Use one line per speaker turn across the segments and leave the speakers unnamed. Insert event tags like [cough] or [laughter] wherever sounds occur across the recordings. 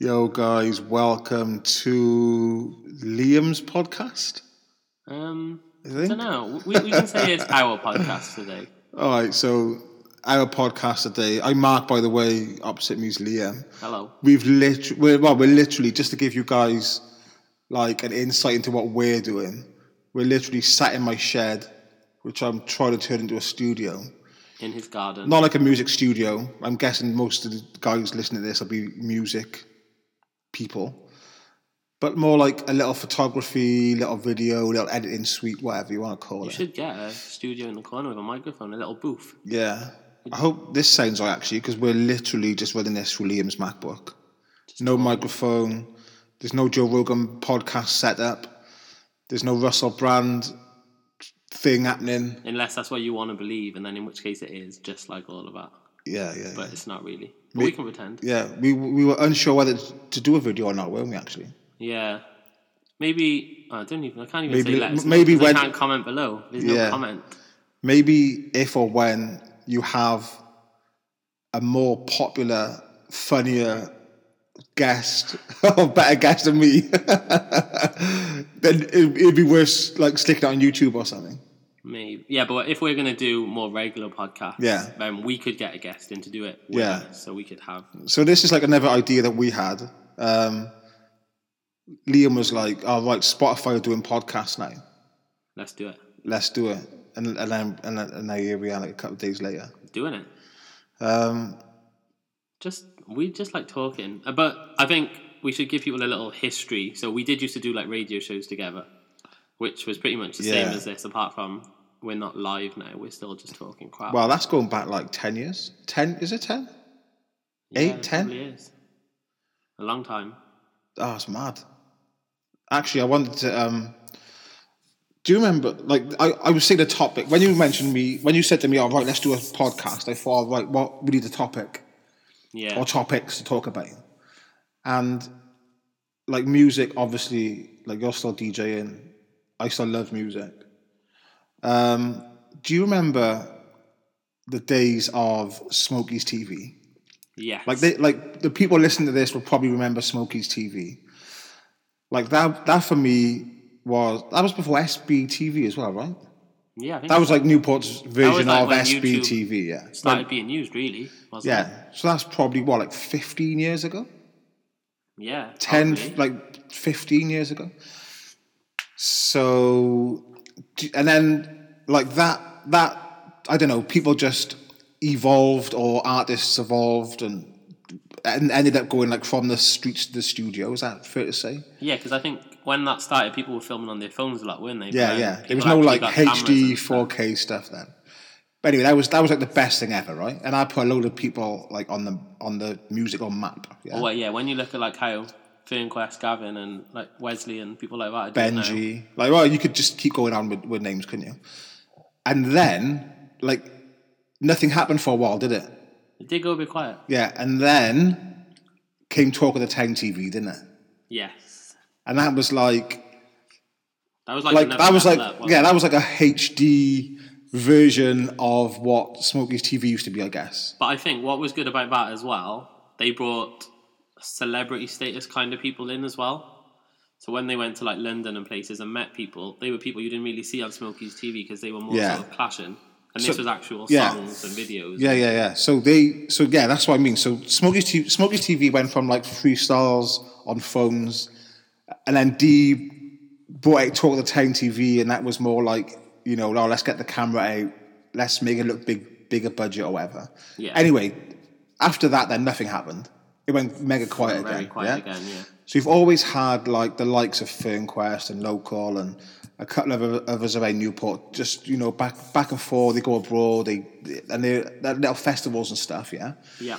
Yo, guys, welcome to Liam's podcast.
Um,
I
I,
think.
don't know. We, we can say it's our podcast today.
All right, so our podcast today. I'm Mark, by the way. Opposite me is Liam.
Hello.
We've literally, we're, well, we're literally just to give you guys like an insight into what we're doing. We're literally sat in my shed, which I'm trying to turn into a studio.
In his garden.
Not like a music studio. I'm guessing most of the guys listening to this will be music people, but more like a little photography, little video, little editing suite, whatever you want to call
You
it.
should get a studio in the corner with a microphone, a little booth.
Yeah. I hope this sounds right actually, because we're literally just running this through Liam's MacBook. no microphone. There's no Joe Rogan podcast setup. There's no Russell Brand thing happening.
Unless that's what you want to believe, and then in which case it is just like all of that.
Yeah, yeah.
But it's not really. But we can pretend.
yeah, we we were unsure whether to do a video or not, weren't we? Actually,
Yeah. Maybe I don't even. I can't even
Maybe-
say let us know,
maybe
'cause
when-
I can't comment below. There's
Yeah.
no comment.
maybe if or when you have a more popular, funnier guest [laughs] or better guest than me, [laughs] then it'd, it'd be worth like sticking it on YouTube or something.
Maybe. Yeah, but if we're gonna do more regular podcasts,
Yeah.
then we could get a guest in to do it. with
Yeah.
us, So we could have.
So this is like another idea that we had. Um, Liam was like, "All right, Spotify are doing podcasts now.
Let's do it.
Let's do it." And and then and, then- and now here we are, like a couple of days later.
Doing it.
Um,
just we just like talking Uh, but i think we should give people a little history so we did used to do like radio shows together which was pretty much the
Yeah.
same as this apart from we're not live now we're still just talking crap
well, that's going back like ten years. Ten is it ten? eight,
it
ten?
probably is. a long time
Oh, it's mad. Actually, I wanted to. Um, do you remember? Like, I, I was saying the topic when you mentioned me. When you said to me, "All right, let's do a podcast," I thought, "All right, what we need a topic."
yeah
or topics to talk about. And like music, obviously, like you're still DJing. I still love music. Um, do you remember the days of Smokey's TV?
yeah
Like they, like the people listening to this will probably remember Smokey's TV. Like that, that for me was that was before SBTV as well, right?
yeah I think
That was like Newport's version
like
of
when
SBTV, yeah.
it started being used really wasn't it?
Yeah, so that's probably what like 15 years ago.
yeah
10
probably.
like 15 years ago so d- and then like that that i don't know people just evolved or artists evolved and and ended up going like from the streets to the studio is that fair to say
yeah because i think when that started people were filming on their phones a lot weren't they
yeah
But
yeah there
people
Um, was no
actually
like
got cameras
hd
and stuff.
4k stuff then but anyway that was that was like the best thing ever right and i put a load of people like on the on the musical map yeah
Well, yeah, when you look at like how Fernquest, Gavin, and like Wesley and people like that, are doing now,
Benji. Like, well, you could just keep going on with, with names, couldn't you? And then, like, nothing happened for a while, did it?
it did go a bit quiet.
Yeah. And then came Talk of the Town TV, didn't it?
Yes,
And that was like,
that was like,
like
another
that was
level
like,
up, wasn't
yeah,
it?
that was like a HD version of what Smokey's TV used to be, I guess.
But I think what was good about that as well, they brought celebrity status kind of people in as well. So when they went to like London and places and met people, they were people you didn't really see on Smokey's TV because they were more
Yeah.
sort of clashing. And
So-
this was actual
yeah.
songs and videos.
Yeah, yeah, yeah. So they, so yeah, that's what I mean. So Smokey's TV, Smokey's TV went from like freestyles on phones, and then D brought out Talk of the Town TV, and that was more like you know, oh, let's get the camera out, let's make it look big, bigger budget or whatever.
Yeah.
Anyway, after that, then nothing happened. It went mega quiet
Very
again.
quiet
yeah?
again, yeah.
So you've always had like the likes of FernQuest and Local and a couple of o- others around Newport, just you know back back and forth. They go abroad, they and they they're little festivals and stuff, yeah.
Yeah.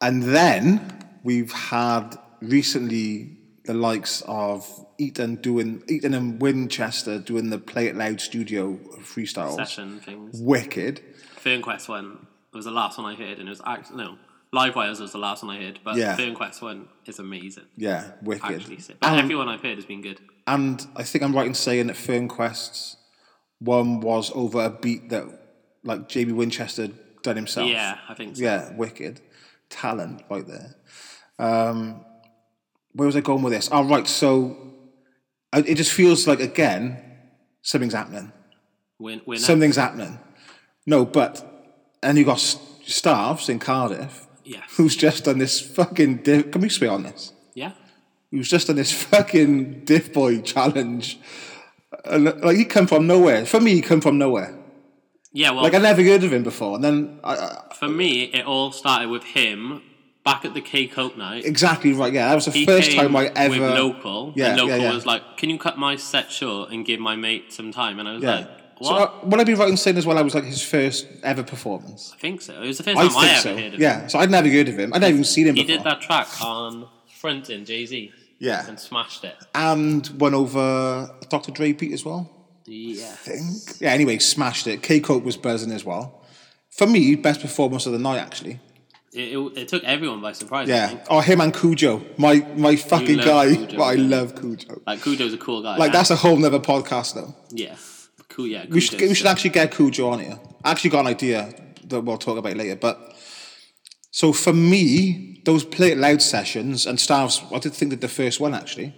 And then we've had recently the likes of Eton doing Eton and Winchester doing the Play It Loud studio freestyles,
Session things.
wicked.
FernQuest one was the last one I heard, and it was actually no Live Wires was the last one I heard, but
Yeah.
FernQuest one is amazing.
Yeah, wicked.
Actually, sick. but everyone I've heard has been good.
And I think I'm right in saying that FernQuest's one was over a beat that like JB Winchester done himself.
Yeah, I think so.
Yeah, wicked. Talent right there. Um, where was I going with this? All right, so I, it just feels like again something's happening.
We're, we're not-
Something's happening. No, but and you got S- Starves in Cardiff,
yeah,
who's just done this fucking. Div- Can we swear on this?
yeah.
Who's just done this fucking diff boy challenge? And, like he come from nowhere. For me, he come from nowhere.
Yeah, well,
Like I never heard of him before, and then I, I,
for me, it all started with him back at the K Coke night.
exactly right. Yeah, that was the
He
first
came
time I ever.
with local.
Yeah,
and
yeah,
local
yeah.
was like, "Can you cut my set short and give my mate some time?" And I was like,
yeah.
"What?"
So I, would I be right in saying as well? I was like his first ever performance.
I think so. It was the first
I
time I
think
ever
so.
heard of him.
Yeah, so I'd never heard of him. I'd never even seen him
He
before.
did that track on Front in Jay Z.
Yeah.
and smashed it.
and won over Dr. Dre beat as well.
Yeah,
I think. Yeah. Anyway, smashed it. K Coke was buzzing as well. For me, best performance of the night actually.
it, it, it took everyone by surprise. I think.
Yeah. Oh, him and Cujo, my my fucking
love
guy.
Cujo,
but I
yeah.
love Cujo.
like Kudo's a cool guy.
Like
yeah.
that's a whole nother podcast though.
yeah, cool. Yeah,
We should
Kudo's-
we should actually get Cujo on here. I actually got an idea that we'll talk about later. But so for me, those play it loud sessions and Starves, I did think that the first one actually,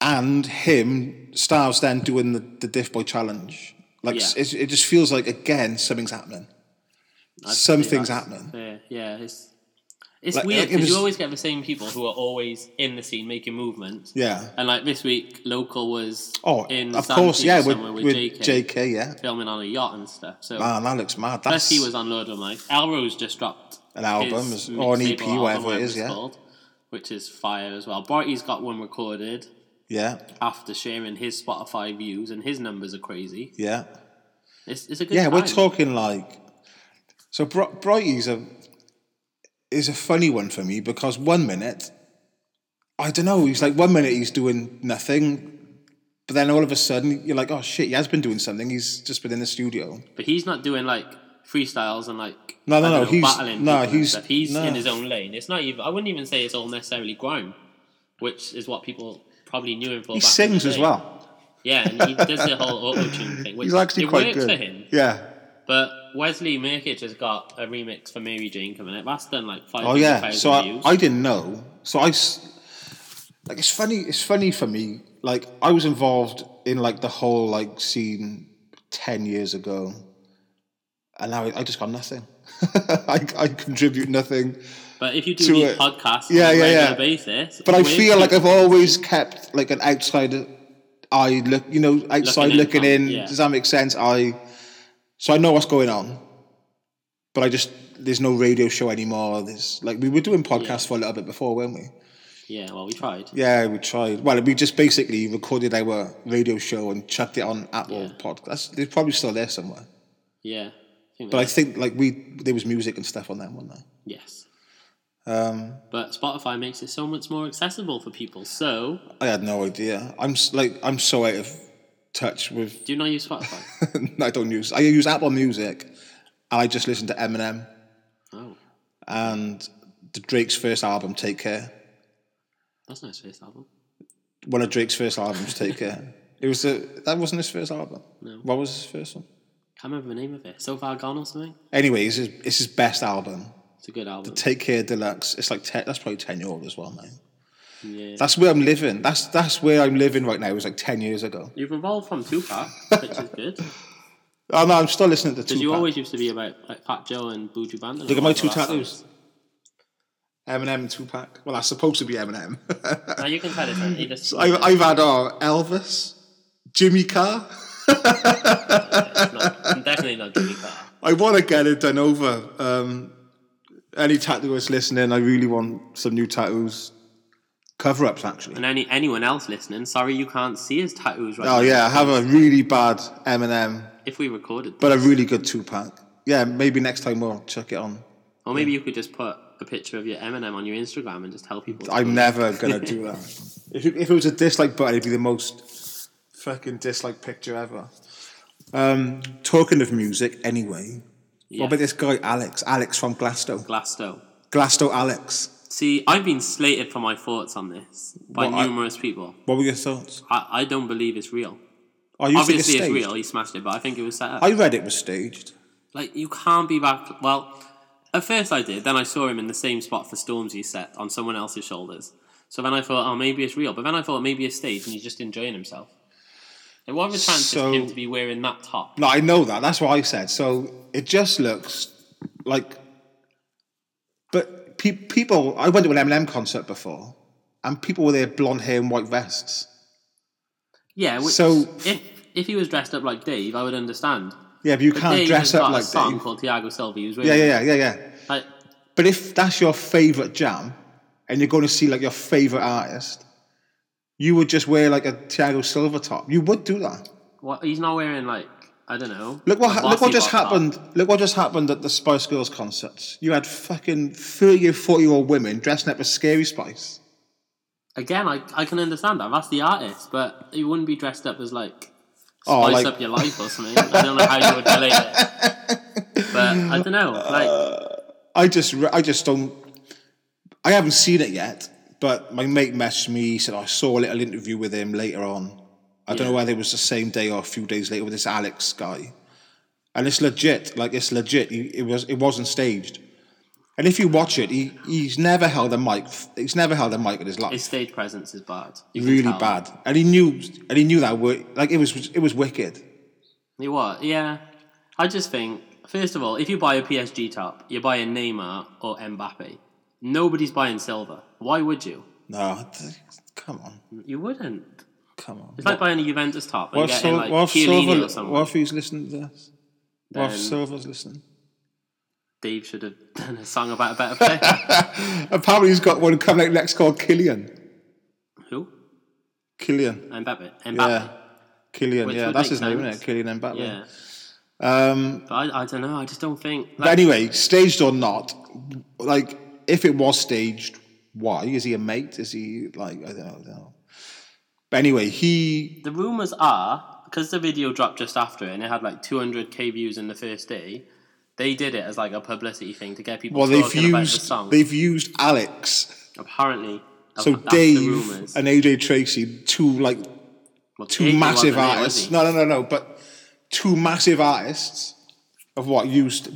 and him Starves then doing the, the Diff Boy challenge. Like
Yeah.
it, it just feels like again something's happening.
I'd say
Something's
that's
happening.
fair. Yeah, it's it's
Like,
weird
like, it
because
was-
you always get the same people who are always in the scene making movements.
Yeah.
And like this week, local was
Oh,
in
of
San
course,
Diego
yeah. With,
somewhere
with
JK,
JK. yeah.
filming on a yacht and stuff. So
Man, that looks mad.
plus
That's
he was on Lord of Mike. Elrose just dropped
An album,
his
or an
mixtape
EP,
album,
whatever it is,
it's
yeah.
called, which is fire as well. Barty's got one recorded
yeah,
after sharing his Spotify views, and his numbers are crazy.
yeah.
It's, it's a good
Yeah, we're
time.
talking like so. Br- Brighty's a is a funny one for me because one minute, I don't know. He's like one minute he's doing nothing, but then all of a sudden you're like, oh shit, he has been doing something. He's just been in the studio.
But he's not doing like freestyles and like
No, no,
I don't
no,
know,
he's-
battling
no,
people and
he's-
stuff. he's
no.
in his own lane. It's not even. I wouldn't even say it's all necessarily grime, which is what people probably knew him for.
He
back in
sings
the
as
day.
well.
Yeah, and he does the whole auto tune thing.
[laughs]
Which
He's actually
it
quite
works
good.
for him.
Yeah.
But Wesley Mirkic has got a remix for Mary Jane coming out. That's done like five.
Oh yeah.
100,000
So I,
views.
I didn't know. So I s- like it's funny. It's funny for me. Like I was involved in like the whole like scene ten years ago, and now I, I just got nothing. [laughs] I, I contribute nothing.
but if you do
to
these
it.
podcasts
Yeah,
on a
yeah,
regular
yeah.
basis,
But I
with
feel like
people-
I've always kept like an outsider eye look. You know, outside
Looking in,
looking, in.
um, yeah.
Does that make sense? I so I know what's going on, but I just there's no radio show anymore. There's like we were doing podcasts for a little bit before, weren't we?
yeah, well, we tried.
Yeah, we tried. Well, we just basically recorded our radio show and chucked it on Apple
Yeah.
Podcasts. They're probably still there somewhere.
Yeah, I think
But I think like we there was music and stuff on them, wasn't there?
Yes.
Um,
But Spotify makes it so much more accessible for people. So,
I had no idea. I'm s- like I'm so out of touch with. [laughs]
do you not use Spotify.
I don't use. I use Apple Music, and I just listen to Eminem
oh,
and the Drake's first album, Take Care.
that's a nice first album.
One of Drake's first albums, [laughs] Take Care. It was a, that wasn't his first album.
No.
What was his first one?
Can't remember the name of it. So far gone or something.
Anyway, it's his, it's his best album.
It's a good album.
Take Care Deluxe. It's like ten, that's probably ten year old as well, man.
yeah.
That's where I'm living. That's that's where I'm living right now. It was like ten years ago.
You've evolved from Tupac, which is
[laughs]
good. Because
Oh no, I'm still listening to Tupac.
you always used to be about like Fat Joe and Buju Banton.
Look at my two tattoos. Eminem and Tupac. Well, that's supposed to be Eminem. [laughs]
Now you can tell it. man. You just,
I, I've had uh, Elvis, Jimmy Carr.
not, definitely not Jimmy Carter.
I want to get it done over. Um, any tattooist listening, I really want some new tattoos, cover ups actually.
And any anyone else listening, sorry you can't see his tattoos right
Oh
now.
yeah, I have a really bad Eminem,
If we recorded,
but a really good Tupac. Yeah, maybe next time we'll chuck it on.
or maybe you could just put a picture of your Eminem on your Instagram and just tell people.
I'm never gonna do
[laughs]
that. if, it- if it was a dislike button, it'd be the most fucking dislike picture ever. Um, talking of music, anyway.
Yeah.
What about this guy, Alex? Alex from Glasgow.
Glasto.
Glasgow Alex.
See, I've been slated for my thoughts on this by
Well, I-
numerous people.
What were your thoughts?
I, I don't believe it's real.
Oh, you think it's
Obviously, it's,
staged?
real. He smashed it, but I think it was set up.
I read it was staged.
like, you can't be back. Well, At first I did, then I saw him in the same spot for Stormzy's set on someone else's shoulders. So then I thought, oh, maybe it's real. But then I thought maybe it's staged and he's just enjoying himself. Like, what are the chances
So-
for him to be wearing that top?
No, I know that. That's what I said. So it just looks like. But pe- people, I went to an Eminem concert before, and people with their blonde hair and white vests.
Yeah, which,
So-
if if he was dressed up like Dave, I would understand.
Yeah, but you can't
Dave
dress
has got
up
a
like
song
that.
called Tiago Silva. He was
Yeah,
wearing
yeah, yeah, yeah, yeah.
Like,
But if that's your favorite jam, and you're going to see like your favorite artist, you would just wear like a Tiago Silva top. You would do that.
what, he's not wearing like I don't know.
Look what
a
ha- look what
varsity
just
box top.
happened. Look what just happened at the Spice Girls concerts. You had fucking thirty or forty year old women dressing up as Scary Spice.
Again, I, I can understand that. That's the artist, but he wouldn't be dressed up as like
Oh,
spice
like-
up your life or something. I don't know how you would relate it, but I
[laughs]
don't know. Like,
I just re- I just don't. I haven't seen it yet, but my mate messaged me. He said "Oh, I saw a little interview with him later on. I don't know
Yeah.
whether it was the same day or a few days later with this Alex guy, and it's legit. Like it's legit. He, it was it wasn't staged. And if you watch it, he, he's never held a mic. He's never held a mic in his life.
his stage presence is bad. You can
really
tell.
bad. And he knew, and he knew that. Word, like it was, it was wicked.
You what? Yeah. I just think, first of all, if you buy a PSG top, you're buying Neymar or Mbappe. Nobody's buying Silver. Why would you?
No, th- come on,
You wouldn't.
come on.
It's like buying a Juventus top and
What if,
getting
Sil-
like
what if
Chiellini
Silver-
or someone.
what if he's listening to this? What if
Then-
Silver's listening?
Dave should have [laughs] done a song about a better player.
Apparently, he's got one coming out next called Killian.
Who?
Killian,
Mbappe. Mbappe.
yeah, Killian,
Ah. Which
yeah,
would
that's
make
his name, isn't
sense.
it? Killian Mbappe.
Yeah.
Um,
But I, I don't know. I just don't think.
but
Like,
anyway, staged or not, like if it was staged, why is he a mate? Is he like I don't know? I don't know. But anyway, he
the rumors are because the video dropped just after it and it had like 200k views in the first day. They did it as like a publicity thing to get people
well, they've
talking about the
used
song.
they've used Alex
Apparently,
So
that's the rumors.
Dave and AJ Tracy, two like
Well,
two
Dave
massive
wasn't it, was
artists.
he?
No, no, no, no. But two massive artists of what used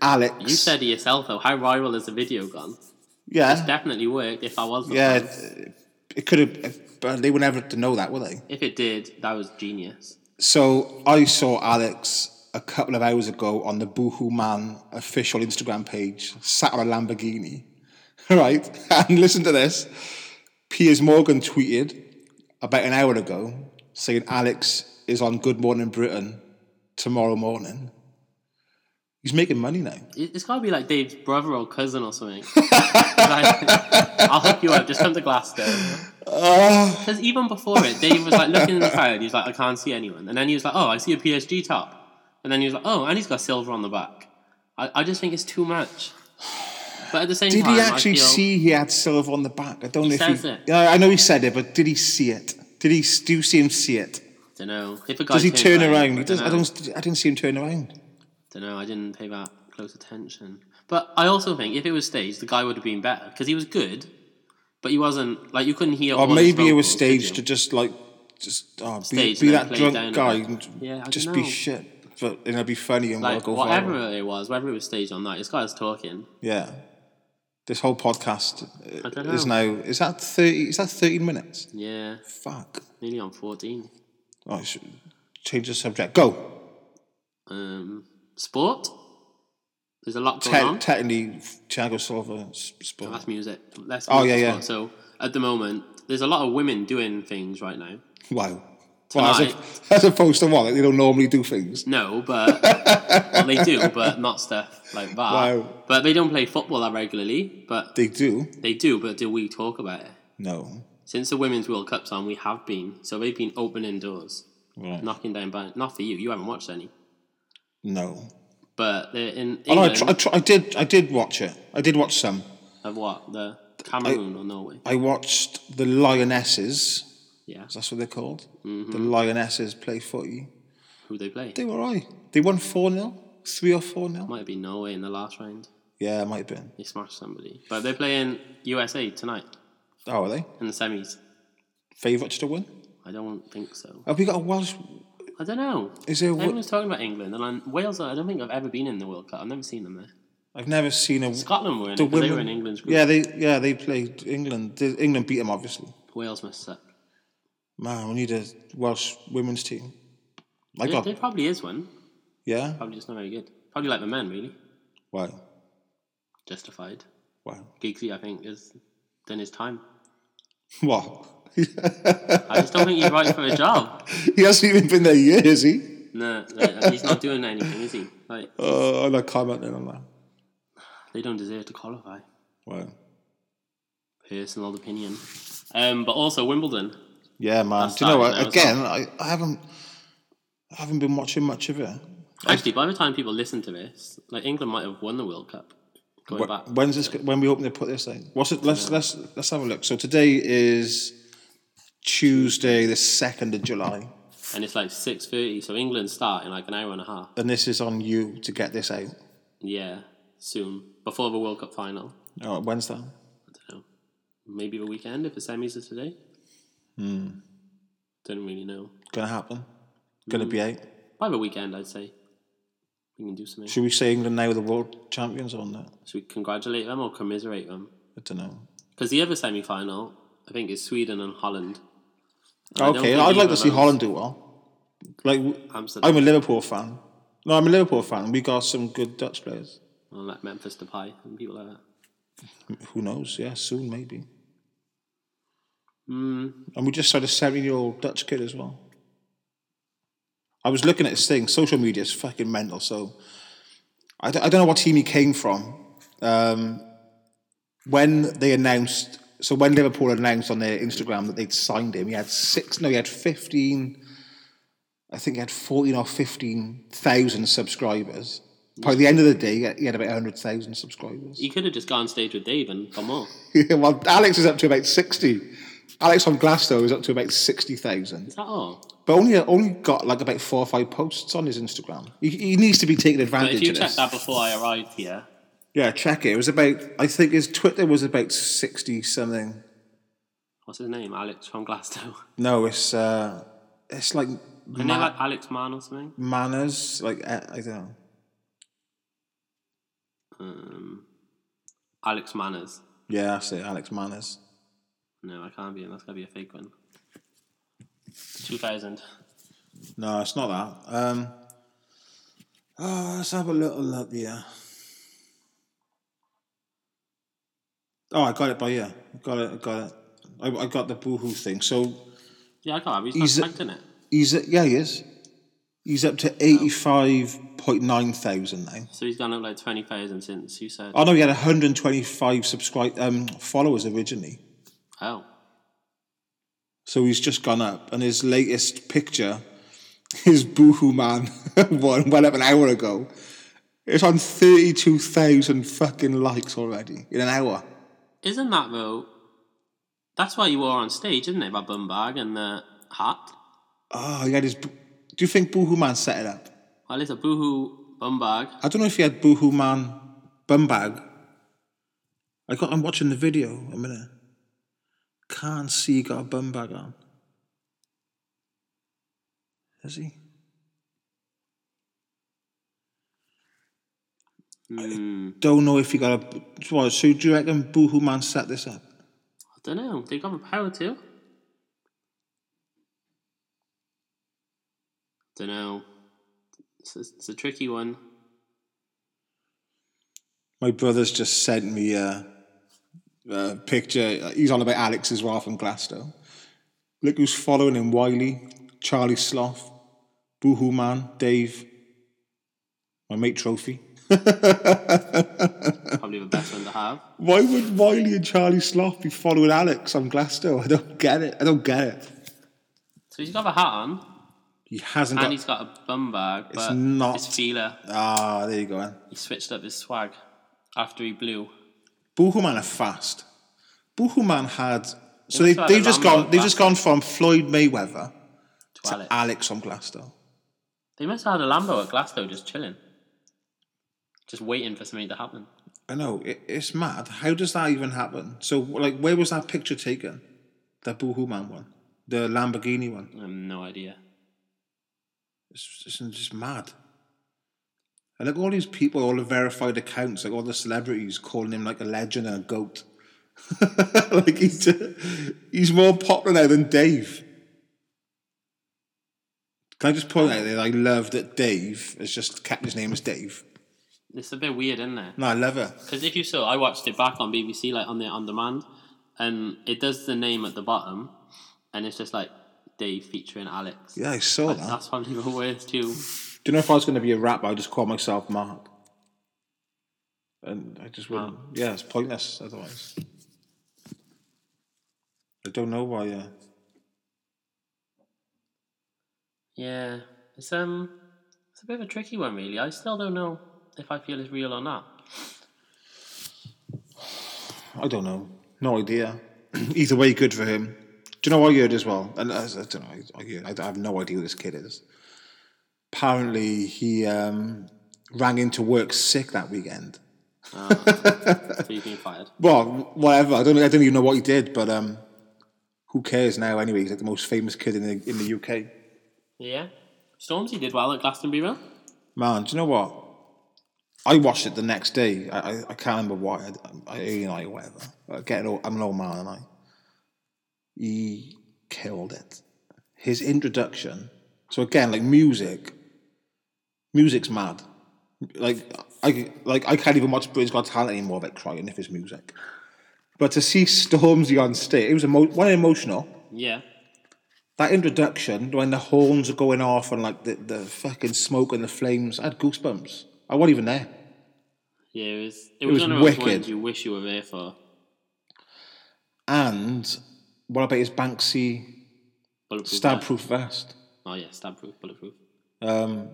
Alex.
You said it yourself though. How viral has the video gone?
yeah,
Definitely worked. If I was, the
yeah.
fan.
It, it could have, but they would never have to know that, would they?
If it did, that was genius.
So I saw Alex a couple of hours ago on the Boohoo Man official Instagram page, sat on a Lamborghini, [laughs] right? And listen to this. Piers Morgan tweeted about an hour ago saying Alex is on Good Morning Britain tomorrow morning. He's making money now.
It- It's gotta be like Dave's brother or cousin or something. [laughs] I'll hook you up. Just come to Glasgow.
Ah.
Because even before it, Dave was like looking in the crowd. He's like, I can't see anyone. And then he was like, Oh, I see a PSG top. And then he was like, Oh, and he's got silver on the back. I, I just think it's too much. But at the same
Did
time,
he
I
actually
feel-
see he had silver on the back? I don't know if
says
he.
it.
Yeah, I know he said it, but did he see it? Did he? Do you see him see it?
Don't know. If a guy
Does he
turns
turn
around,
around? He does,
dunno.
I don't. I didn't see him turn around.
Don't know. I didn't pay that close attention. But I also think if it was staged, the guy would have been better because he was good, but he wasn't like you couldn't hear.
Or
all his
maybe it was
vocals, could
staged to
you?
just like just oh, be,
Staged
be
and then
that
played
drunk
down
guy
a bit.
and
Yeah, I
just
don't
be
know.
shit, but and it'll be funny and
Like
we'll go
whatever
viral.
it was, whether it was staged or not, this guy's talking.
Yeah, this whole podcast
I don't
uh, is now is that thirty? Is that thirteen minutes?
Yeah,
Fuck!
nearly on fourteen.
Oh, I should change the subject. Go.
Um, sport. There's a lot going
Te-
on.
technically, Thiago Silva. s- Sport.
That's music. Let's
Oh,
move
yeah,
to
yeah.
sport. So at the moment, there's a lot of women doing things right now.
Wow. Well, as,
Tonight-
a, [laughs] as opposed to what like, they don't normally do things.
No,
[laughs]
but well, they do, but not stuff like that.
Wow.
But they don't play football that regularly. But
They do.
they do. But do we talk about it?
No.
Since the Women's World Cup's on, we have been. So they've been opening doors,
Right.
knocking down ban Not for you. You haven't watched any.
No.
But they're in
Oh, no, I,
England.
tr- I, tr- I did. I did watch it. I did watch some.
of what the Cameroon or Norway?
I watched the Lionesses.
Yeah.
That's what they're called. The Lionesses play footy.
Who they play?
They were all right. They won 4 0, 3 or 4 0.
Might have been Norway in the last round.
Yeah, it might have been.
They smashed somebody. But they're playing USA tonight
Oh, are they?
in the semis.
Favourites to win?
I don't think so.
Have we got a Welsh?
I don't know.
Is there a. Wel-
Everyone's talking about England, and i Wales. I don't think I've ever been in the World Cup. I've never seen them there.
I've never seen a
Scotland were in
the
it 'cause
women.
they were in England's group.
Yeah, they yeah they played England. Did- England beat them obviously.
Wales must suck.
Man, we need a Welsh women's team. I
There,
got
there probably is one.
yeah.
Probably just not very good. Probably like the men, really.
Wow,
Justified.
wow.
Giggsy, I think, has done his time.
[laughs] What? [laughs]
I just don't think he's right for a job. [laughs]
he hasn't even been there yet, has he?
No, no, he's not doing anything, is he? Like
Uh, I'm not commenting on that.
they don't deserve to qualify.
Wow.
Personal opinion. Um, but also Wimbledon.
Yeah, man.
That's
Do you know what?
starting now as
Again, I, I haven't I haven't been watching much of it.
Actually, by the time people listen to this, like England might have won the World Cup. Going
Wh-
back,
When's this? When we open to put this in? What's it? Let's let's let's have a look. So today is Tuesday, the second of July,
and it's like six thirty, so England start in like an hour and a half.
and this is on you to get this out.
Yeah, soon before the World Cup final.
Oh, when's that?
I don't know. Maybe the weekend if the semis are today. Hmm. Don't really know.
Gonna happen? Gonna be out?
By the weekend, I'd say we can do something.
Should we say England now are the world champions on that?
Should we congratulate them or commiserate them?
I don't know.
Because the other semi final, I think, is Sweden and Holland. don't
Okay,
think
I'd like
either
to
of
see
those-
Holland do well. Like w-
Amsterdam.
I'm a Liverpool fan. No, I'm a Liverpool fan. We got some good Dutch players.
Well, like Memphis Depay and people like that.
Who knows? Yeah, soon maybe.
Mm,
And we just had a seven-year-old Dutch kid as well. I was looking at his thing. Social media is fucking mental. So I don't, I don't know what team he came from. Um, when they announced, so when Liverpool announced on their Instagram that they'd signed him, he had six. No, he had fifteen. I think he had fourteen or fifteen thousand subscribers. By the end of the day, he had about hundred thousand subscribers.
he could have just gone on stage with Dave and got more.
[laughs] well, Alex is up to about sixty. Alex on Glasgow is up to about sixty thousand.
Is that all?
[laughs] But only only got like about four or five posts on his Instagram. He, he needs to be taken
But if
advantage
you
of
checked
this.
that before I arrived here,
Yeah, check it. It was about I think his Twitter was about sixty something.
what's his name? Alex from Glasgow. [laughs]
No, it's uh, it's like
I know like Alex Mann or something.
manners. Like uh, I don't know.
Um, Alex Manners.
Yeah, that's it. Alex Manners.
No, I can't be. That's got to be a fake one. 2000.
No, it's not that. Um, oh, let's have a little look here. Oh, I got it by yeah. I got it. I got it. I, I got the boohoo thing. So
Yeah, I got it.
He's-
He's not in it.
He's at, yeah, he is. He's up to eighty five point nine thousand now.
So he's gone up like 20,000 since you said.
Oh no, he had one hundred twenty five subscribe um, followers originally,
Oh.
so he's just gone up. And his latest picture, his boohoo man [laughs] one, went up an hour ago. It's on thirty two thousand fucking likes already in an hour.
Isn't that though? That's what you wore on stage, isn't it? That bum bag and the hat.
Oh, he had his. bo- Do you think boohoo man set it up?
Well, it's a boohoo bum bag.
I don't know if he had boohoo man bum bag. I got. I'm watching the video. A minute. Can't see he got a bum bag on. Has he?
Hmm.
Don't know if he got a. What, so do you reckon boohoo man set this up?
I don't know. They got the power to. Don't know. It's a, it's a tricky one.
My brother's just sent me a, a picture. He's on about Alex as well from Glasgow. Look who's following him: Wiley, Charlie Sloth, Boohoo Man, Dave, my mate Trophy.
Probably the best one to have.
Why would Wiley and Charlie Sloth be following Alex on Glasgow? I don't get it. I don't get it.
So he's got the hat on
He hasn't
and
got.
he's got a bum bag, but it's
not-
his feeler.
Ah, there you go. Then.
He switched up his swag after he blew.
Boohoo Man are fast. Boohoo Man had. So they,
also had
they've
a
just
Lambo
gone. They've just gone from Floyd Mayweather
To Alex.
Alex on Glasgow.
They must have had a Lambo at Glasgow just chilling. Just waiting for something to happen.
I know it, it's mad. How does that even happen? So, like, where was that picture taken? The Boohoo Man one, the Lamborghini one.
I have no idea.
It's, it's just mad. And like all these people, all the verified accounts, like all the celebrities calling him like a legend and a goat. [laughs] like he's, he's more popular now than Dave. Can I just point out that I love that Dave has just kept his name as Dave.
It's a bit weird, isn't it?
No, I love it.
Because if you saw, I watched it back on BBC, like on the on demand, and it does the name at the bottom, and it's just like Dave featuring Alex.
Yeah, I saw
Like,
that.
that's probably the [laughs] worst too.
Do you know if I was going to be a rapper, I'd just call myself Mark. And I just wouldn't. Yeah, it's pointless otherwise. I don't know why. Yeah.
Yeah, it's um, it's a bit of a tricky one, really. I still don't know if I feel it's real or not.
I don't know. No idea. [clears throat] Either way, good for him. Do you know what I heard as well? And I, I don't know. I, I, heard, I have no idea who this kid is. Apparently, he um, rang into work sick that weekend.
So you've been fired.
Well, whatever. I don't. I don't even know what he did, but um, who cares now? Anyway, he's like the most famous kid in the in the UK.
Yeah, Stormzy did well at Glastonbury. Road.
Man, do you know what? I watched it the next day. I, I, I can't remember why. I, I you know, like, whatever. I get an old, I'm an old man, and I. He killed it. His introduction. So again, like music. Music's mad. Like I like I can't even watch Britain's Got Talent anymore. Like crying if it's music. But to see Stormzy on stage, it was emo- one emotional
Yeah,
that introduction when the horns are going off and like the, the fucking smoke and the flames, I had goosebumps. I wasn't even there.
yeah, it was. It, was,
was
one of those
wicked.
ones you wish you were there for.
And what about his Banksy
Bulletproof. vest.
stab-proof vest?
Oh yeah, stab proof, bulletproof.
A-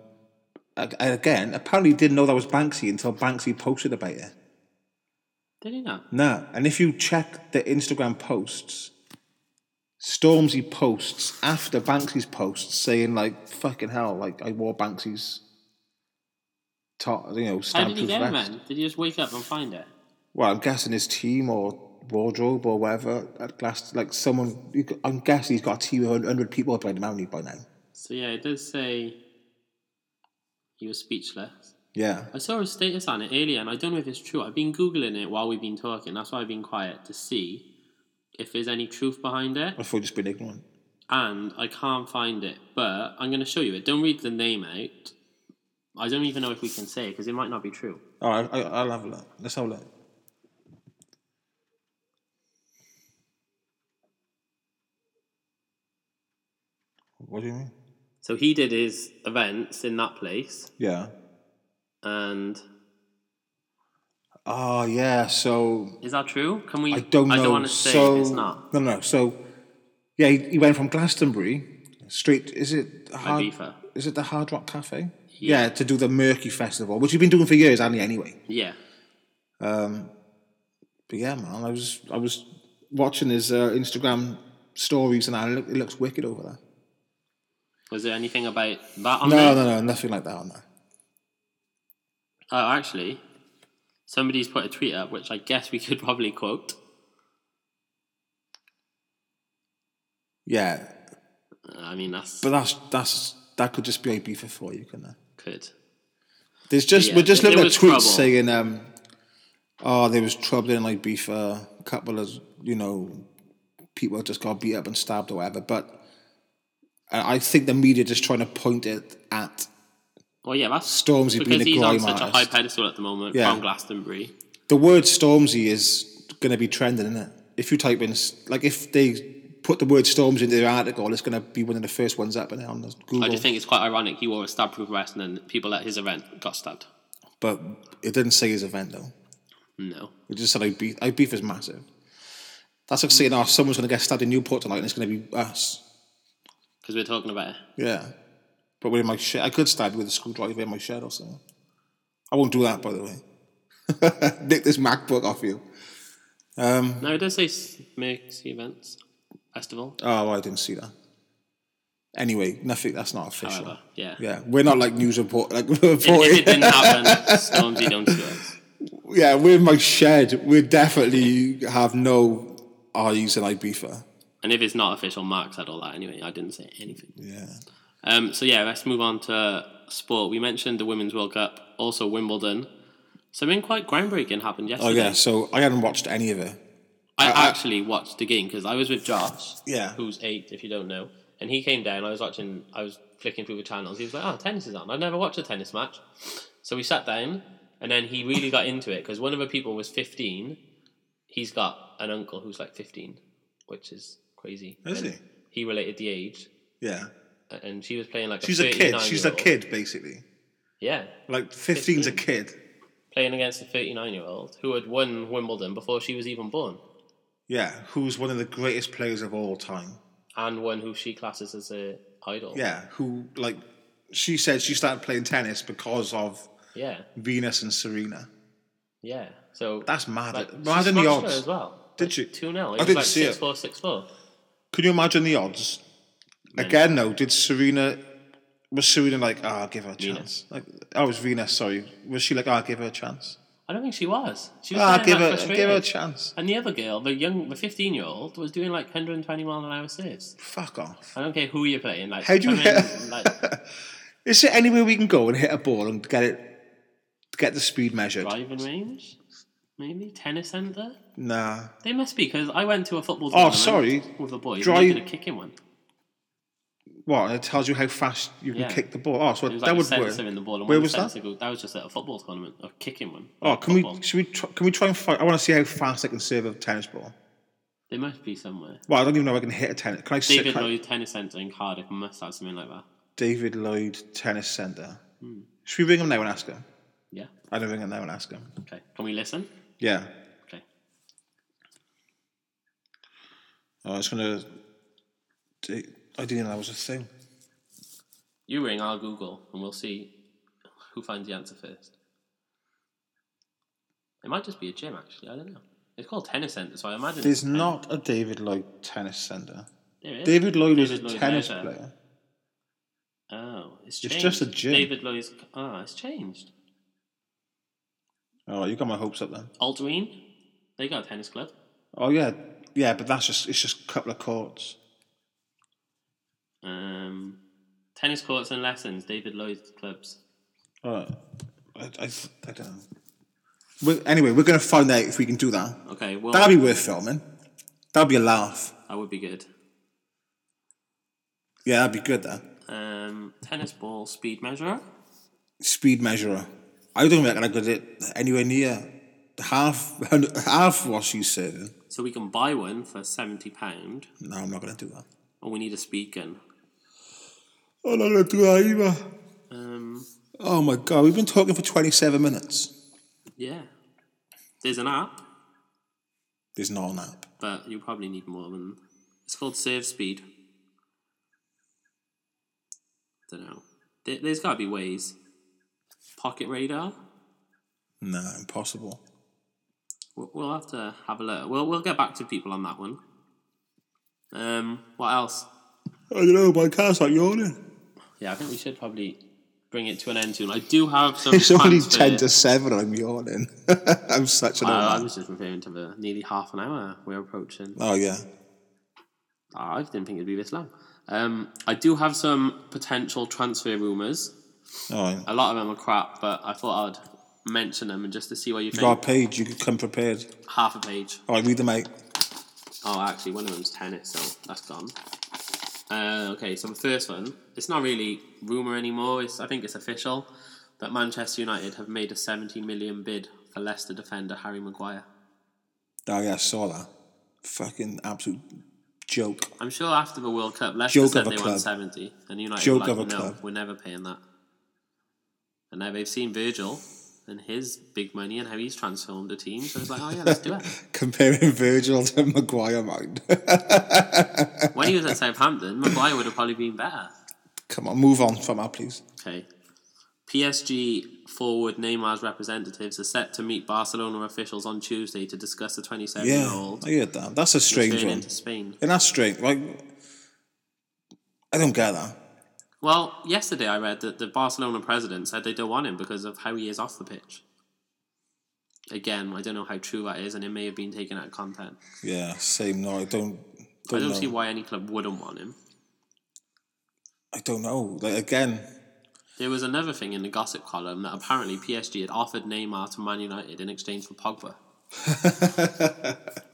And again, apparently he didn't know that was Banksy until Banksy posted about it.
Did he not?
No, and if you check the Instagram posts, Stormzy posts after Banksy's posts saying like, "Fucking hell, like I wore Banksy's top, you know,
How did he
stab-proof
get it,
vest."
man? Did he just wake up and find it?
well, I'm guessing his team or wardrobe or whatever at last, like someone, you c- I'm guessing he's got a team of 100 people behind him, haven't he, by now?
So yeah, it does say he was speechless.
Yeah.
I saw a status on it earlier, and I don't know if it's true. I've been googling it while we've been talking. That's why I've been quiet to see if there's any truth behind it,
I thought he'd just been ignorant.
and I can't find it. But I'm going to show you it. Don't read the name out. I don't even know if we can say it because it might not be true.
All right, I, I'll have a look. Let's have a look. What do you mean?
So he did his events in that place,
Yeah.
and
Oh, yeah, so
is that true? Can we?
I don't know.
I don't want to say
so,
it's not.
No, no. So, yeah, he, he went from Glastonbury straight. Is it the hard,
Ibiza.
Is it the Hard Rock Cafe? Yeah. to do the Murky Festival, which he's been doing for years, hasn't he? Anyway,
Yeah.
but yeah, man, I was I was watching his uh, Instagram stories, and I look, it looks wicked over there.
Was there anything about that on
No,
there?
no, no, nothing like that on there.
Oh, actually, somebody's put a tweet up, which I guess we could [laughs] probably quote.
Yeah,
Uh, I mean, that's
but that's that's that could just be Ibiza for you, couldn't it?
good.
There's just
Yeah,
we're just
there-
looking at
there was
tweets
trouble.
saying, um, "Oh, there was trouble in Ibiza. A couple of you know people just got beat up and stabbed or whatever." But uh, I I think the media just trying to point it at
Well, yeah, that's
Stormzy being
because
a
he's on
grime
such a high
artist.
pedestal at the moment
Yeah.
from Glastonbury.
the word Stormzy is going to be trending, isn't it? If you type in like if they put the word Stormzy into their article, it's going to be one of the first ones up and on the
I
Google.
just think it's quite ironic he wore a stab-proof vest and then people at his event got stabbed.
but it didn't say his event though.
No.
It just said Ibiza. Ibiza's massive. That's like saying, "Oh, someone's going to get stabbed in Newport tonight, and it's going to be us."
Because we're talking about it.
Yeah. But with my shed, I could stab you with a screwdriver in my shed or something. I won't do that, by the way. [laughs] Nick this MacBook off you.
No, it does say s- Mercy Events Festival.
Oh, I didn't see that. Anyway, nothing. That's not official.
However, yeah.
Yeah, we're not like news report. Like [laughs]
If it
reporting.
didn't happen, Stormzy don't sue us.
yeah, we're in my shed. We definitely have no eyes in Ibiza.
And if it's not official, Mark said all that anyway. I didn't say anything.
Yeah.
Um, so yeah, let's move on to sport. We mentioned the Women's World Cup, also Wimbledon. Something quite groundbreaking happened
Oh
yesterday.
yeah, so I haven't watched any of it.
I
I-
actually watched the game because I was with Josh,
Yeah.
who's eight, if you don't know, and he came down. I was watching, I was flicking through the channels. He was like, "Oh, tennis is on." I'd never watched a tennis match, so we sat down, and then he really got into it because one of the people was fifteen. He's got an uncle who's like fifteen, which is crazy.
Is
And
he?
He related the age,
Yeah,
and she was playing like
she's a kid. She's a
39-year-old.
kid basically.
Yeah,
Like 15's a kid.
playing against a thirty-nine-year-old who had won Wimbledon before she was even born,
Yeah, who's one of the greatest players of all time.
and one who she classes as a idol.
Yeah, who like she said she started playing tennis because of
Yeah.
Venus and Serena.
Yeah. So
That's mad.
like,
mad
she
in the
smashed her
odds.
as well.
Did she?
Two 0
I
It was
didn't
like
see it.
six four six four.
Can you imagine the odds? Again, though, did Serena was Serena like, ah, give her a chance? Like, oh, it was Venus. Sorry, was she like, ah, give her a chance?
I don't think she was. She was
Ah,
getting,
give her,
like,
give
frustrated.
her a chance.
And the other girl, the young, the fifteen year old, was doing like hundred and twenty mile an hour serves.
Fuck off.
I don't care who you're playing. Like
How do you
come
hit- [laughs]
in, like
Is there any way we can go and hit a ball and get it, get the speed measured?
driving range, maybe tennis center.
Nah.
They must be because I went to a football.
Oh,
tournament
sorry.
With the boys,
Drive-
and they did a kicking one.
What? It tells you how fast you can
Yeah.
kick the ball. Oh, so
It was like
that
a
would work.
sensor in the ball. And
Where
one
was that?
sensor go- that was just at a football tournament, a kicking one.
Oh, can we?
Football.
Should we? Try, can we try and find? I want to see how fast I can serve a tennis ball.
They must be somewhere.
Well, I don't even know if I can hit a tennis. Can I? sit-
David
can I-
Lloyd Tennis Centre in Cardiff must have something like that.
David Lloyd Tennis Centre.
Hmm.
Should we ring him now and ask him?
Yeah.
I don't ring him now and ask him.
Okay. Can we listen?
Yeah.
Okay.
Oh, I was gonna. I didn't know that was a thing.
You ring, I'll Google, and we'll see who finds the answer first. It might just be a gym, actually. I don't know. It's called Tennis Centre, so I imagine
There's not a David Lloyd Tennis Centre.
there is.
David Lloyd was a
David Lloyd
tennis
Leisure.
player.
Oh, it's
It's
changed.
just a gym.
David Lloyd's. Ah, it's changed.
Oh, you got my hopes up then.
Altween, they got a tennis club.
Oh yeah, yeah, but that's just it's just a couple of courts.
Um, tennis courts and lessons. David Lloyd's clubs.
Alright. I, I, I don't know. we anyway, we're going to find out if we can do that.
Okay, well,
That'd be worth filming. That'd be a laugh.
that would be good.
Yeah, that'd be good, that.
Um, tennis ball speed measurer.
Speed measurer. I don't reckon I could get anywhere near half [laughs] half what she's serving.
So we can buy one for seventy pound,
No, I'm not going to do that.
and we need a speed gun.
I'm not going to do that either.
Um,
Oh my God, we've been talking for 27 minutes.
yeah, there's an app,
There's not an app.
but you probably need more than. It's called Serve Speed. Don't know. There, there's got to be ways. Pocket radar.
No, impossible.
We'll, we'll have to have a look. We'll we'll get back to people on that one. Um, what else?
I don't know, my car's like yawning.
Yeah, I think we should probably bring it to an end soon. I do have some.
It's only
plans for-
10 to 7, I'm yawning. [laughs] I'm such an old
Uh, I
man.
was just referring to the nearly half an hour we're approaching.
Oh, yeah.
Ah, I didn't think it'd be this long. Um, I do have some potential transfer rumours.
All right.
A lot of them are crap, but I thought I'd mention them and just to see what you
You
think.
got a page, you can come prepared.
Half a page.
All right, read them out.
Oh, actually, one of them's tennis, so that's gone. Uh, okay, so the first one, it's not really rumour anymore. It's, I think it's official that Manchester United have made a 70 million bid for Leicester defender Harry Maguire.
Oh, yeah, I saw that. Fucking absolute joke.
I'm sure after the World Cup, Leicester
Joke
said
of a
they
club.
won 70, and United
Joke
were like,
of a
no,
club.
we're never paying that. And now they've seen Virgil and his big money and how he's transformed a team, so it's like, oh yeah, let's do
[laughs]
it.
Comparing Virgil to Maguire, mind.
when he was at Southampton, Maguire would have probably been better.
[laughs] Come on, move on from that, please.
Okay. PSG forward Neymar's representatives are set to meet Barcelona officials on Tuesday to discuss the 27 year
Yeah,
old
I heard that. That's a strange
returning
one.
to Spain.
And that's strange. Like, I don't get that.
Well, yesterday I read that the Barcelona president said they don't want him because of how he is off the pitch. Again, I don't know how true that is, and it may have been taken out of content.
Yeah, same. No, I don't.
I
don't
don't
know.
see why any club wouldn't want him.
I don't know. Like again, [laughs]
There was another thing in the gossip column that apparently PSG had offered Neymar to Man United in exchange for Pogba.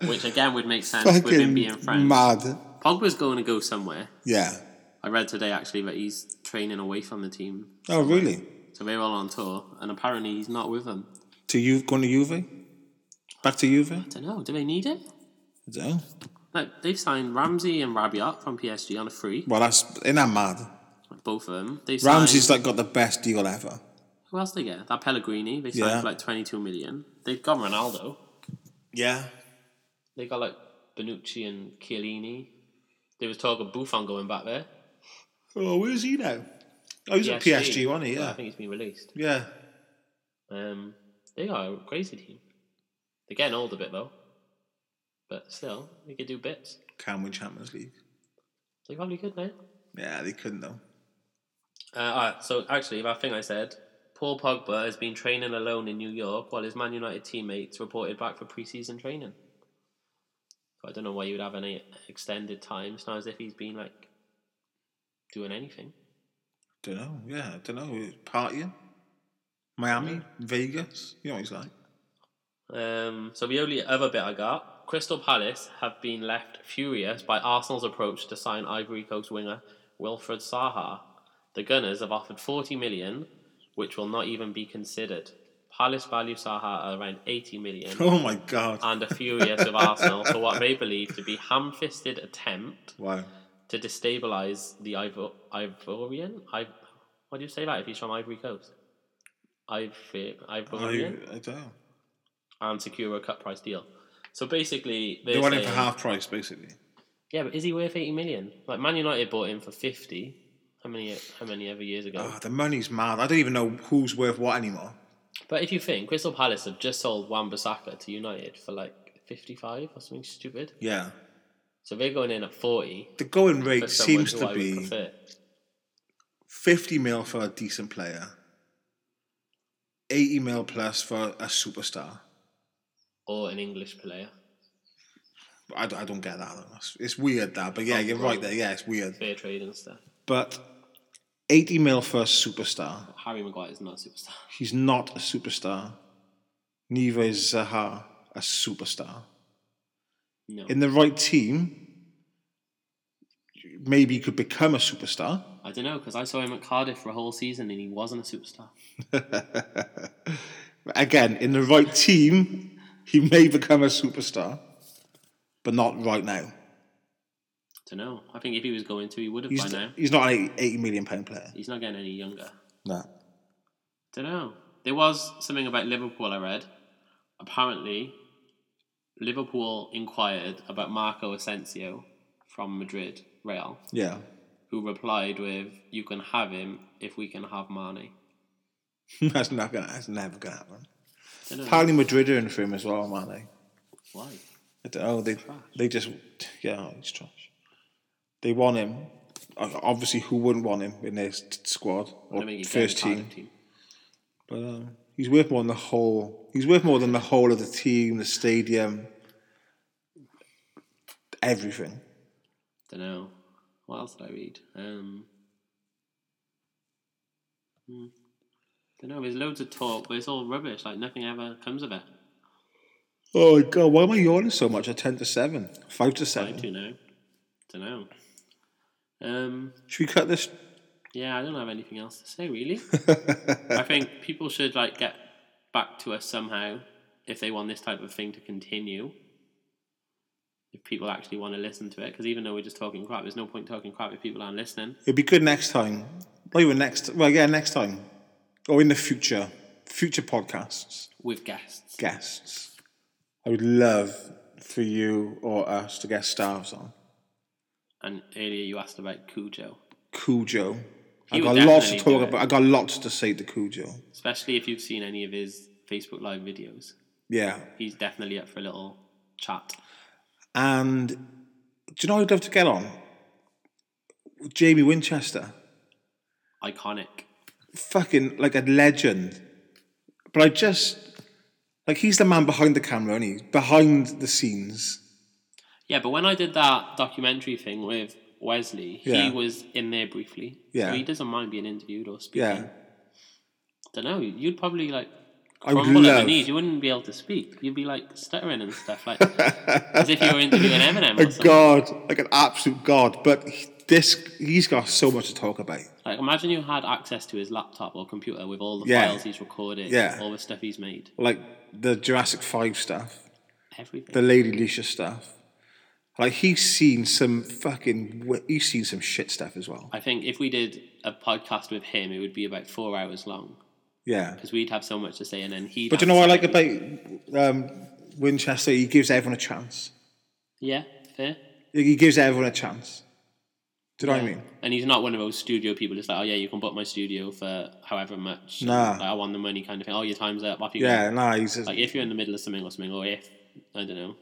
Which again would make sense with him being
fucking
French.
mad.
Pogba's going to go somewhere.
Yeah.
I read today actually that he's training away from the team.
Oh really?
So they're all on tour and apparently he's not with them.
To you going to Juve? Back to Juve? I
I don't know, do they need him?
don't know.
Like they've signed Ramsey and Rabiot from PSG on a free.
Well, that's isn't that mad?
Both of them. They've signed,
Ramsey's like got the best deal ever.
who else they get? That Pellegrini, they signed
Yeah.
for like twenty two million. They've got Ronaldo.
Yeah.
They got like Benucci and Chiellini. There was talk of Buffon going back there.
Oh, where's he now? Oh, he's at PSG, wasn't he?
I
Yeah.
think he's been released.
Yeah.
Um, they got a crazy team. They're getting old a bit though, but still, they could do bits.
Can win Champions League.
They probably could now.
Yeah, they couldn't though.
Uh, all right. So actually, that thing I said, Paul Pogba has been training alone in New York while his Man United teammates reported back for preseason training. So I don't know why you would have any extended time. It's not as if he's been like doing anything.
Don't know. Yeah, don't know. Partying, Miami, Vegas. You know what he's like. [laughs]
Um, so the only other bit I got, Crystal Palace have been left furious by Arsenal's approach to sign Ivory Coast winger Wilfred Saha. The Gunners have offered 40 million, which will not even be considered. Palace value Saha at around 80 million
Oh my god!
and are furious with Arsenal for what they believe to be ham-fisted attempt
Wow.
to destabilise the Ivor- Ivorian. I- what do you say that if he's from Ivory Coast? Ivor-
I,
Ivorian?
I don't know.
and secure a cut price deal. So basically, they're
They want him for
saying-
half price, basically.
yeah, but is he worth eighty million? Like Man United bought him for fifty. How many? How many ever years ago?
Oh, the money's mad. I don't even know who's worth what anymore.
But if you think Crystal Palace have just sold Wan Bissaka to United for like fifty-five or something stupid,
Yeah,
so they're going in at forty.
the going
For
rate
someone
seems
who I
to
would
be
prefer.
fifty mil for a decent player, eighty mil plus for a superstar.
or an English player,
But I, don't- I don't get that. Though. It's- It's weird that, but
Oh,
yeah, you're right there. Yeah, it's weird.
fair trade and stuff.
But eighty mil for a superstar.
Harry Maguire is not a superstar.
He's not a superstar. Neither is Zaha a superstar.
No,
In the right team, maybe he could become a superstar.
I don't know because I saw him at Cardiff for a whole season and he wasn't a superstar.
But Again, in the right team, he may become a superstar, but not right now.
don't know. I think if he was going to, he would have by
He's,
now.
he's not an 80 million pound player.
He's not getting any younger.
No.
Don't know. There was something about Liverpool I read. Apparently, Liverpool inquired about Marco Asensio from Madrid, Real,
Yeah. [laughs]
who replied with, "You can have him if we can have Mane."
that's not gonna. That's never gonna happen.
Don't know.
Apparently, Madrid are in for him as well, aren't they?
Why?
I don't know. They they just yeah, he's trash. They want him. O- Obviously, who wouldn't want him in their s- squad
I
or
don't think he's
first
getting
team?
Cardiff team.
But um, he's worth more than the whole. He's worth more than the whole of the team, the stadium, everything.
Don't know. What else did I read? Um, don't know. There's loads of talk, but it's all rubbish. Like nothing ever comes of it.
Oh my god, why am I yawning so much? At ten to seven, five to
I
seven.
do know. Don't know. Um,
Should we cut this?
Yeah, I don't have anything else to say really. I think people should like get back to us somehow if they want this type of thing to continue. If people actually want to listen to it, because even though we're just talking crap, there's no point talking crap if people aren't listening.
It'd be good next time. Not even next. Well, yeah, next time, or in the future, future podcasts.
With guests,
guests. I would love for you or us to get stars on.
and earlier you asked about Cujo,
Cujo. I
He
got
would
lots to
definitely do
talk
it.
about. I got lots to say to Cujo.
especially if you've seen any of his Facebook Live videos.
Yeah.
He's definitely up for a little chat.
And do you know who I'd love to get on? Jamie Winchester.
Iconic.
Fucking like a legend. But I just like he's the man behind the camera, and he behind the scenes.
Yeah, but when I did that documentary thing with Wesley,
Yeah.
he was in there briefly.
Yeah.
So he doesn't mind being interviewed or speaking.
Yeah.
don't know. You'd probably like
I would
crumble at the
love.
knees. You wouldn't be able to speak. You'd be like stuttering and stuff, like as if you
[laughs]
were interviewing Eminem or
A
something.
god, like an absolute god. But he- this, he's got so much to talk about.
Like imagine you had access to his laptop or computer with all the
Yeah.
files he's recorded,
Yeah.
all the stuff he's made,
Like the Jurassic Five stuff,
everything.
the Lady Leisha stuff. Like he's seen some fucking, wi- he's seen some shit stuff as well.
I think if we did a podcast with him, it would be about four hours long
Yeah.
because we'd have so much to say, and then he.
But do you know what I like about um, Winchester? He gives everyone a chance.
Yeah, fair.
He gives everyone a chance. Do you know what I mean?
And he's not one of those studio people that's like, oh yeah, you can book my studio for however much.
Nah.
Like, I want the money kind of thing. Oh, your time's up. Off you go.
Yeah, no, he's just,
Like if you're in the middle of something or something, or if I don't know,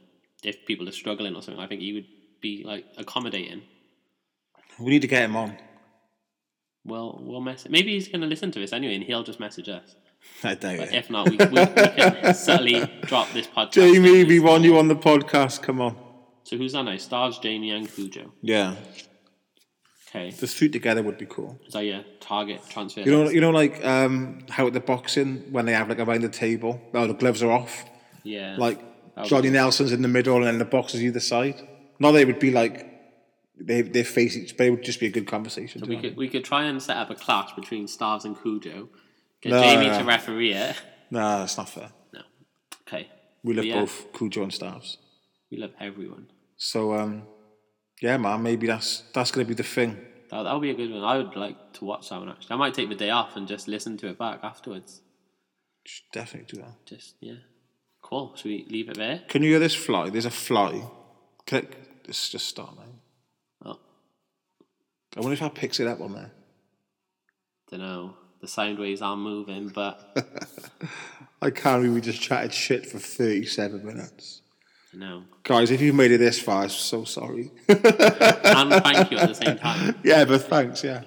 if people are struggling or something, I think you would be like accommodating.
we need to get him on. [laughs]
Well, we'll message. Maybe he's going to listen to this anyway, and he'll just message us.
I doubt it.
If not, we, we,
[laughs]
we can subtly drop this podcast.
Jamie, we want you on the podcast. Come on.
So who's that now? Stars Jamie and Cujo.
Yeah,
Okay,
the three together would be cool.
is that your target transfer?
You know, you know, like um, how at the boxing when they have like around the table, oh, the gloves are off.
yeah,
Like
Okay.
Johnny Nelson's in the middle, and then the boxers either side. No, they would be like they they face each, but it would just be a good conversation. do you
we
know?
could we could try and set up a clash between Stars and Cujo. Get
No,
Jamie
no.
to referee it.
Nah, that's not fair.
No, okay,
We love
Yeah.
both Cujo and Staves.
we love everyone.
So um, yeah, man, maybe that's that's gonna be the thing.
That that'll be a good one. I would like to watch that one actually. I might take the day off and just listen to it back afterwards.
Should definitely do that.
Just yeah, cool. Should we leave it there?
Can you hear this fly? There's a fly. Click. It's just start now.
Oh,
I wonder if I picks it up on there.
don't know. The sound waves are moving, but
I can't believe we just chatted shit for 37 minutes. [laughs]
you know.
Guys, if you've made it this far, I'm so sorry. [laughs]
And thank you at the same time.
yeah, but thanks, yeah.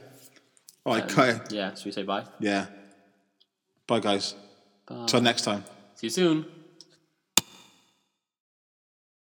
All
Um,
right, cut it.
Yeah. Should we say bye?
Yeah. Bye, guys.
Bye.
Till next time.
See you soon.